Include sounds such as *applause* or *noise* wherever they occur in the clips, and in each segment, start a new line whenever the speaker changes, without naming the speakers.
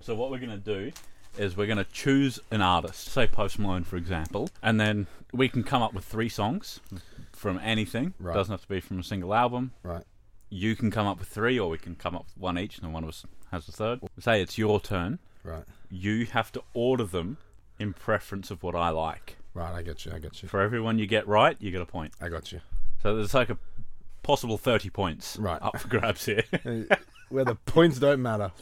So what we're gonna do is we're gonna choose an artist, say Post Malone for example, and then we can come up with three songs from anything.
Right.
Doesn't have to be from a single album.
Right.
You can come up with three, or we can come up with one each, and then one of us has the third. Say it's your turn.
Right.
You have to order them in preference of what I like.
Right. I get you. I get you.
For everyone you get right, you get a point.
I got you.
So there's like a possible thirty points
Right.
up for grabs here.
*laughs* Uh, Where the points don't matter.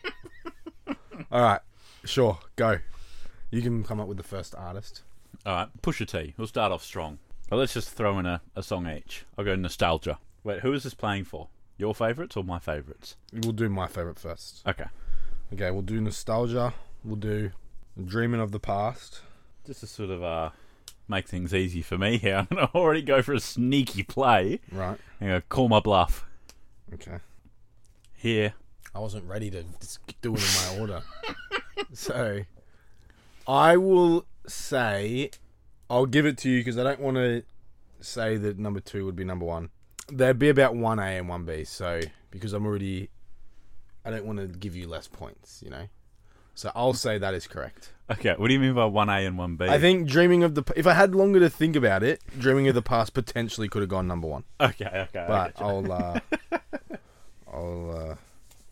*laughs* All right. Sure. Go. You can come up with the first artist.
All right, Pusha T. We'll start off strong. Well, let's just throw in a, a song each. I'll go nostalgia. Wait, who is this playing for? Your favourites or my favourites?
We'll do my favorite first.
Okay.
Okay. We'll do nostalgia. We'll do dreaming of the past.
Just to sort of uh, make things easy for me here, *laughs* I'm going to already go for a sneaky play.
Right.
I'm going to call my bluff
Okay.
here.
I wasn't ready to just do it in *laughs* my order. so, I will say, I'll give it to you because I don't want to say that number two would be number one. There'd be about one A and one B. So, because I'm already, I don't want to give you less points, you know. So I'll say that is correct.
Okay, what do you mean by 1A and 1B?
I think dreaming of the if I had longer to think about it, dreaming of the past potentially could have gone number one.
*laughs* Okay, okay. I
But
get you.
I'll, *laughs* uh, I'll. Uh,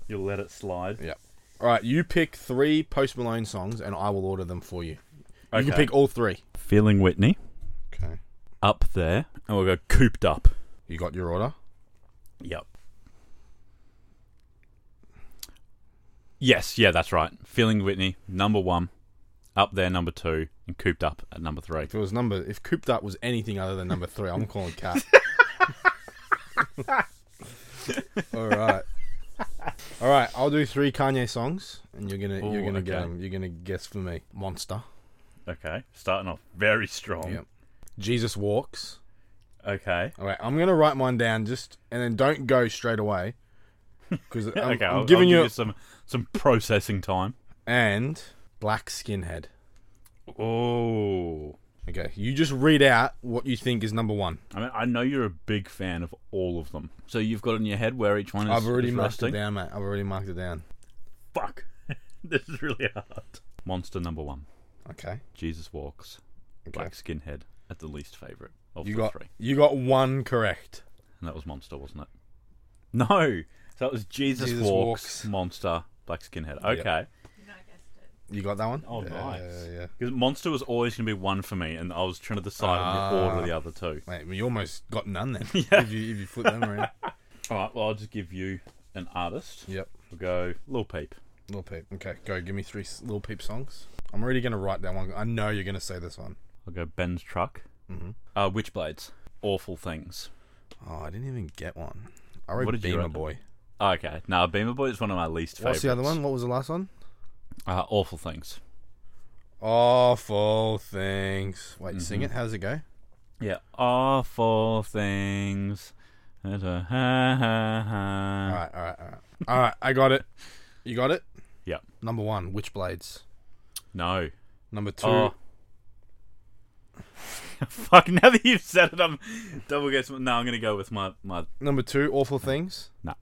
You'll let it slide.
Yeah. All right, you pick three Post Malone songs, and I will order them for you. You
Okay.
can pick all three.
Feeling Whitney
Okay.
up there. And we'll go cooped up.
You got your order.
Yep. Yes, yeah, that's right. Feeling Whitney, number one. Up there, number two. And Cooped Up at number three.
If it was number, if Cooped Up was anything other than number three, I'm calling cat.
*laughs*
all right. All right, I'll do three Kanye songs, and you're gonna you're
Ooh,
gonna get
okay.
them. You're gonna guess for me. Monster.
Okay. Starting off very strong.
Yep. Jesus walks.
Okay.
All right, I'm gonna write mine down just, and then don't go straight away,
*laughs*
because I'm,
okay,
I'm
I'll,
giving
I'll
you,
give you some, some processing time.
and black skinhead.
Oh.
Okay, you just read out what you think is number one.
I mean, I know you're a big fan of all of them. So you've got in your head where each one is.
I've already
is
marked it
resting?
down, mate. I've already marked it down.
Fuck. *laughs* this is really hard. Monster number one.
Okay.
Jesus Walks. Black Skinhead at the least favourite of
You
the
got
three.
you got one correct.
And that was Monster, wasn't it? No. So it was Jesus,
Jesus
walks,
Walks.
Monster, Black Skinhead. Okay.
You got that one?
Oh, nice.
Yeah, yeah.
Because Monster was always going to be one for me, and I was trying to decide on the
Ah.
order of the other two.
Mate, you almost got none then.
*laughs* Yeah.
If you if you flip
*laughs*
them around.
All right, well, I'll just give you an artist.
yep.
We'll go Lil Peep.
Little peep. Okay, go. Give me three s- little peep songs. I'm already gonna write down one. I know you're gonna say this one.
I'll go Ben's Truck.
Mhm.
Uh, Witchblades. Awful Things.
Oh, I didn't even get one. I wrote
What did you
Beamer
write?
Boy.
Okay. Now, Beamer Boy is one of my least
What's
favourites.
the other one? What was the last one?
Uh, Awful Things.
Awful things. Wait,
Mm-hmm.
sing it. How does it go?
Yeah. Awful Things. All
All
right.
right, all right, all right. All right, I got it. You got it?
Yep.
Number one, Witchblades.
No.
Number two,
Oh. *laughs* Fuck, now that you've said it, I'm double guessing. No, I'm going to go with my. my
number two, Awful Things.
no.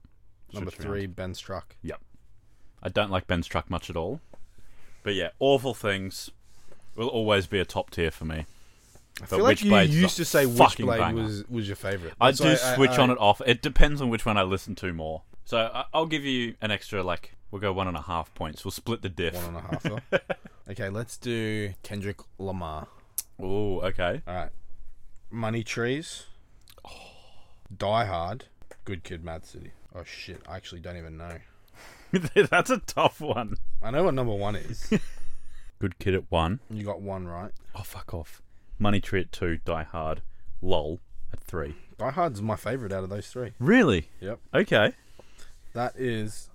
Number
Switch
three,
around.
Ben's Truck.
I don't like Ben's truck much at all. But yeah, Awful Things will always be a top tier for me.
I
But
feel like
Witchblade's
you used
a
to say
fucking
Witchblade
banger.
was, was your favorite.
I do switch on and off. It depends on which one I listen to more. So I, I'll give you an extra, like, we'll go one and a half points. We'll split the diff.
One and a half.
*laughs*
though. okay, let's do Kendrick Lamar.
Oh, okay. *laughs*
All right, Money Trees.
Oh.
Die Hard. Good Kid, Mad City. Oh shit! I actually don't even know.
That's a tough one.
I know what number
*laughs*
one is.
Good Kid at one.
you got one right.
Oh, fuck off. Money Tree at two. Die Hard. LOL at three.
Die Hard's my favorite out of those three.
Really?
Yep.
Okay.
That is,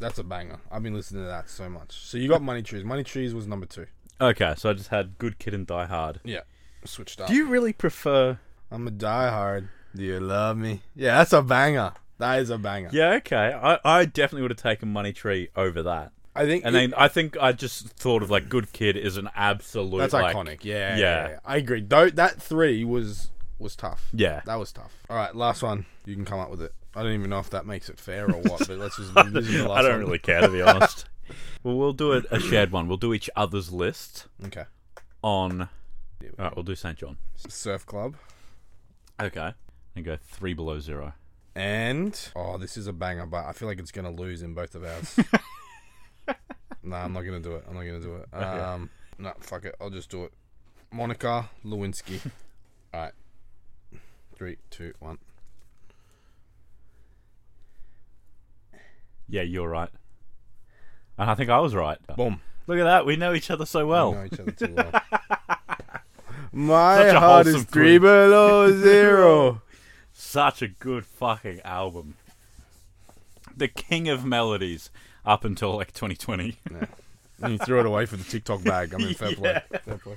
that's a banger. I've been listening to that so much. So you got Money Trees. Money Trees was number two.
Okay, so I just had Good Kid and Die Hard.
Yeah, switched up.
Do you really prefer?
I'm a diehard. Do you love me? Yeah, that's a banger. That is a banger.
Yeah, okay. I, I definitely would have taken Money Tree over that.
I think
And then I think I just thought of like Good Kid is an absolute.
that's
like-
iconic. Yeah, yeah,
yeah.
yeah. I agree. Though that three was was tough.
Yeah.
that was tough. All right, last one.
*laughs*
You can come up with it. I don't even know if that makes it fair or what, but let's just. This is the
*laughs*
last
I don't
one.
really care to be honest. Well, we'll do a, a shared one. We'll do each other's list
Okay.
on. All right, we'll do St. John.
Surf Club.
Okay. And go three below zero.
And oh, this is a banger, but I feel like it's gonna lose in both of ours.
*laughs*
no, I'm not gonna do it. I'm not gonna do
*laughs*
it. Um, no, fuck it. I'll just do it. Monica
*laughs*
Lewinsky. All right. Three, two, one.
Yeah, you're right. And I think I was right.
Boom.
Look at that. We know each other so well.
We know each other too
*laughs*
well. My
Such a
heart is
wholesome
three
group.
below
*laughs*
zero.
Such a good fucking album. The king of melodies up until like 2020.
*laughs* and you threw it away for the TikTok bag. I mean, fair play. Fair play.